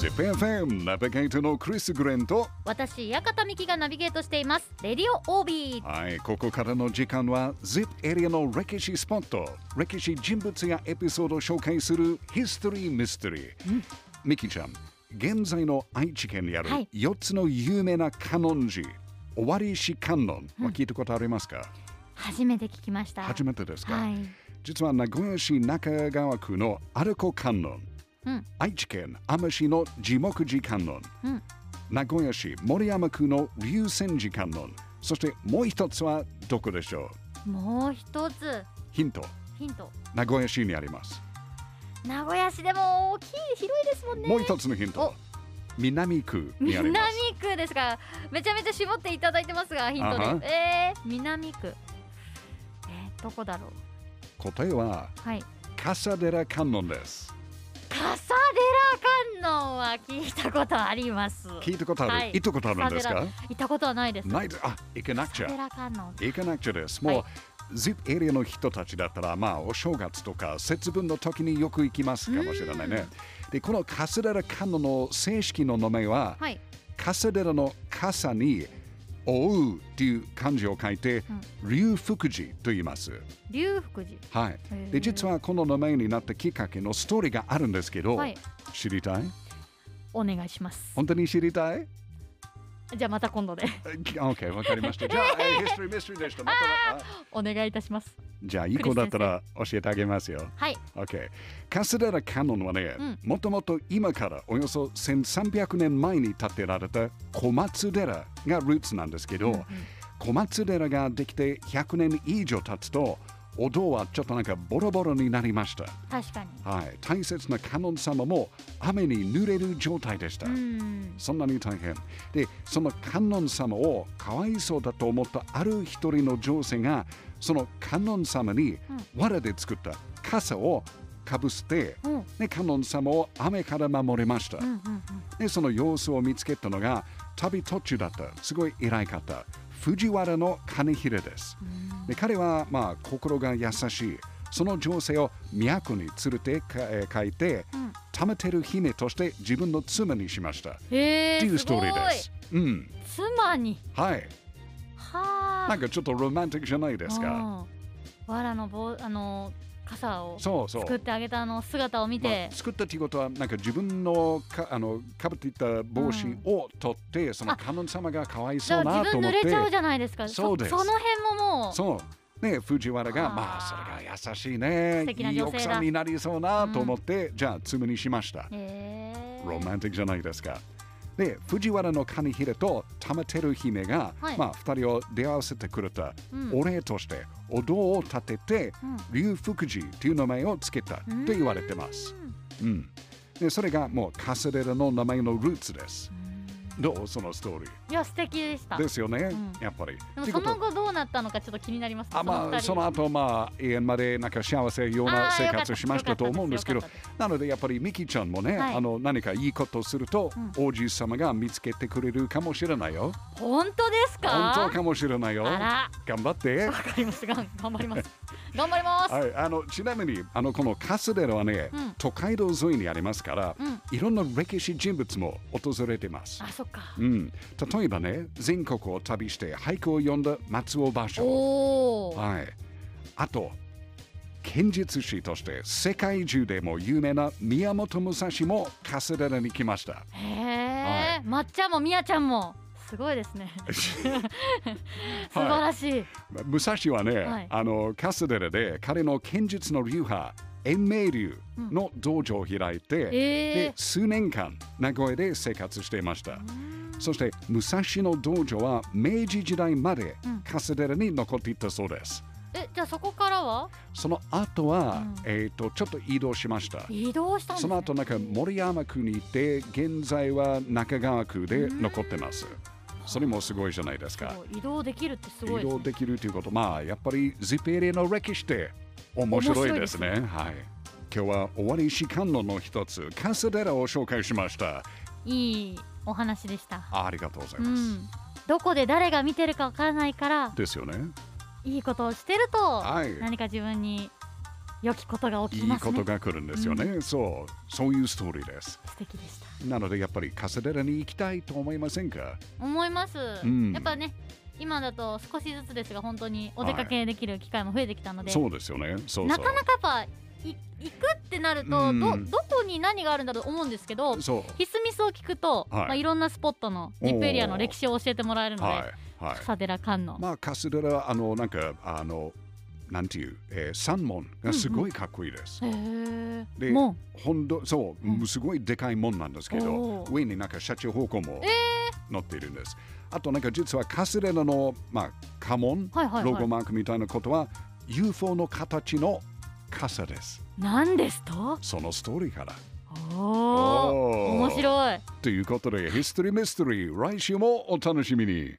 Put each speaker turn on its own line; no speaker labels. ZIPFM ナビゲートのクリス・グレンと
私館美希がナビゲートしていますレディオ OB
はいここからの時間は ZIP エリアの歴史スポット歴史人物やエピソードを紹介するヒストリー・ミステリー、ミキちゃん現在の愛知県にある
はい
4つの有名な観音寺、尾張市観音は聞いたことありますか、
初めて聞きました
初めてですか、
はい
実は名古屋市中川区のアルコ観音、
うん
愛知県天市の地木寺観音、
うん
名古屋市森山区の龍泉寺観音そしてもう一つはどこでしょう
もう一つ
ヒント
ヒント
名古屋市にあります、
名古屋市でも大きい広いですもんね
もう一つのヒント
お
南区にあり
南
ます
区ですかめちゃめちゃ絞っていただいてますがヒントで
あは
すえー、南区えー、どこだろう
答えは
はい
笠寺観音です
笠寺観音は聞いたことあります
聞いたことある、
はい
行ったことあるんですか
笠行ったことはないです
ないであ行けなくち
笠
ゃ
寺観音
行かなくちゃです。もう、
はい
ZIP エリアの人たちだったら、まあ、お正月とか節分の時によく行きますかもしれないね。で、このカスデラ観音の正式の名前は、
はい
カスデラの傘に覆うっていう漢字を書いて、龍福寺と言います。
龍福寺
はい。
へ
で、
ー
実はこの名前になったきっかけのストーリーがあるんですけど、
はい
知りたい
お願いします
本当に知りたい
じゃあまた今度で
あ ?OK、わかりました。じゃあ、えーヒストリーミステリーでした。またあ
お願いいたします
じゃあ、いい子だったら教えてあげますよ。
はい
OK。カスデラカノンはね、
うん
もともと今からおよそ1300年前に建てられた小松寺がルーツなんですけど、小松寺ができて100年以上経つと、お堂はちょっとなんかボロボロになりました。
確かに
はい、大切な観音様も雨に濡れる状態でした。
うん
そんなに大変。で、その観音様をかわいそうだと思ったある一人の女性が、その観音様に藁で作った傘をかぶせて、
うんうん
ね、観音様を雨から守りました。
うんうん
で、その様子を見つけたのが、旅途中だった、すごい偉い方、藤原の金秀です。で彼は、まあ、心が優しい。その女性を都に連れてかえー帰って、
うん
溜めてる姫として自分の妻にしました。
へ
っていう
えす
スト
ご
ー
い
リーです。うん、
妻に
はい。
は
な
あ
んかちょっとロマンティックじゃないですか。
うんわらの棒あの傘を
そうそう。
作ってあげたあの姿を見
ま
て
あ、作ったっていうことは、なんか自分のかあのかぶっていた帽子を取って、その
あ
観音様がかわい
じ
そ
ゃ
う
あ
な
自
と
分
思
濡
っ
れちゃう
て、
じゃないですか
そうです
その辺ももう
そう。ね、藤原が、
あー
まあ、それが優しいね、
素敵ない
い
女性だ
奥さんになりそうなと思って、じゃあ、妻にしました。
へえ
ロマンティックじゃないですか。で、藤原の金秀と玉照姫が、
はい
まあ、二人を出会わせてくれた
うん
お礼として、お堂を建てて、
うん
龍福寺という名前をつけたと言われてます。うんでそれがもうカスデラの名前のルーツです。どうそのストーリー。
いや素敵でした
ですよね、
ん
やっぱり。
でも
って
そ
こと
の後どうなったのかちょっと気になりますね
あまあ、
二人
その後、まあ、永遠までなんか幸せような
あー
生
よかっ
活
た
をしましたと思うんですけど
よかったで、
なのでやっぱりミキちゃんもね、
はい
あの何かいいことをすると、王子様が見つけてくれるかもしれないよ。
本当ですか
本当かもしれないよ。
あら
頑張って。
わかりますが頑張 ります頑張ります、
はい、あのちなみにあのこのカスデラはね、
うん
都会道沿いにありますから、
うん
いろんな歴史人物も訪れてます。
あそっか
うん、例えばね、全国を旅して俳句を読んだ松尾芭蕉。
おお、
はい。あと、剣術師として世界中でも有名な宮本武蔵もカスデラに来ま した。
へえ、まっちゃんもみやちゃんもすごいですね素晴らしい、
武蔵はね、
はい
あのカスデラで彼の剣術の流派延命流の道場を開いて、
え
で数年間名古屋で生活していました、そして武蔵野道場は明治時代までカスデラに残っていたそうです、
えじゃあそこからは
その後は、えっ、とちょっと移動しました、
移動したんで
そ
す、ね、
の後なんか森山区に行って現在は中川区で残ってますそれもすごいじゃないですか
そう移動できるってすごい
移
です、
動
ね、
できるということ、まあ、やっぱり ZIP エリアの歴史って面白いですね。はい、今日は終わりし観音の一つ、カスデラを紹介しました。
いいお話でした
ありがとうございうます。
んどこで誰が見てるかわからないから
ですよね。
いいことをしてると、
はい
何か自分に良きことが起き
いい
ます
こ
ね
とが来るんですよね、そうそういうストーリーです
素敵でした
なのでやっぱりカセデラに行きたいと思いませんか
思います、
うん
やっぱね今だと少しずつですが本当にお出かけできる機会も増えてきたので、
そうですよねそうそう
なかなかやっぱい行くってなると、
うん
どどこに何があるんだろうと思うんですけど
そ
ひすみすを聞くと、
はい
いまあ、いろんなスポットのジップエリアの歴史を教えてもらえる
う
ので、
はいはい
笠寺観音、
まあカスデラはあのなんかあのなんていう、えー、三門がすごいかっこいいです、
へー
で
も
ほんとそう、
うん
すごいでかい門なんですけど
おー
上になんか車中方向も乗っているんです、あとなんか実はカスデラのまあ家紋、
うはいはい
ロゴ
は
マークみたいなことは UFO の形の傘です
いなんですと
そのストーリーから
おお
おー
面白い
ということでヒストリーミステリー来週もお楽しみに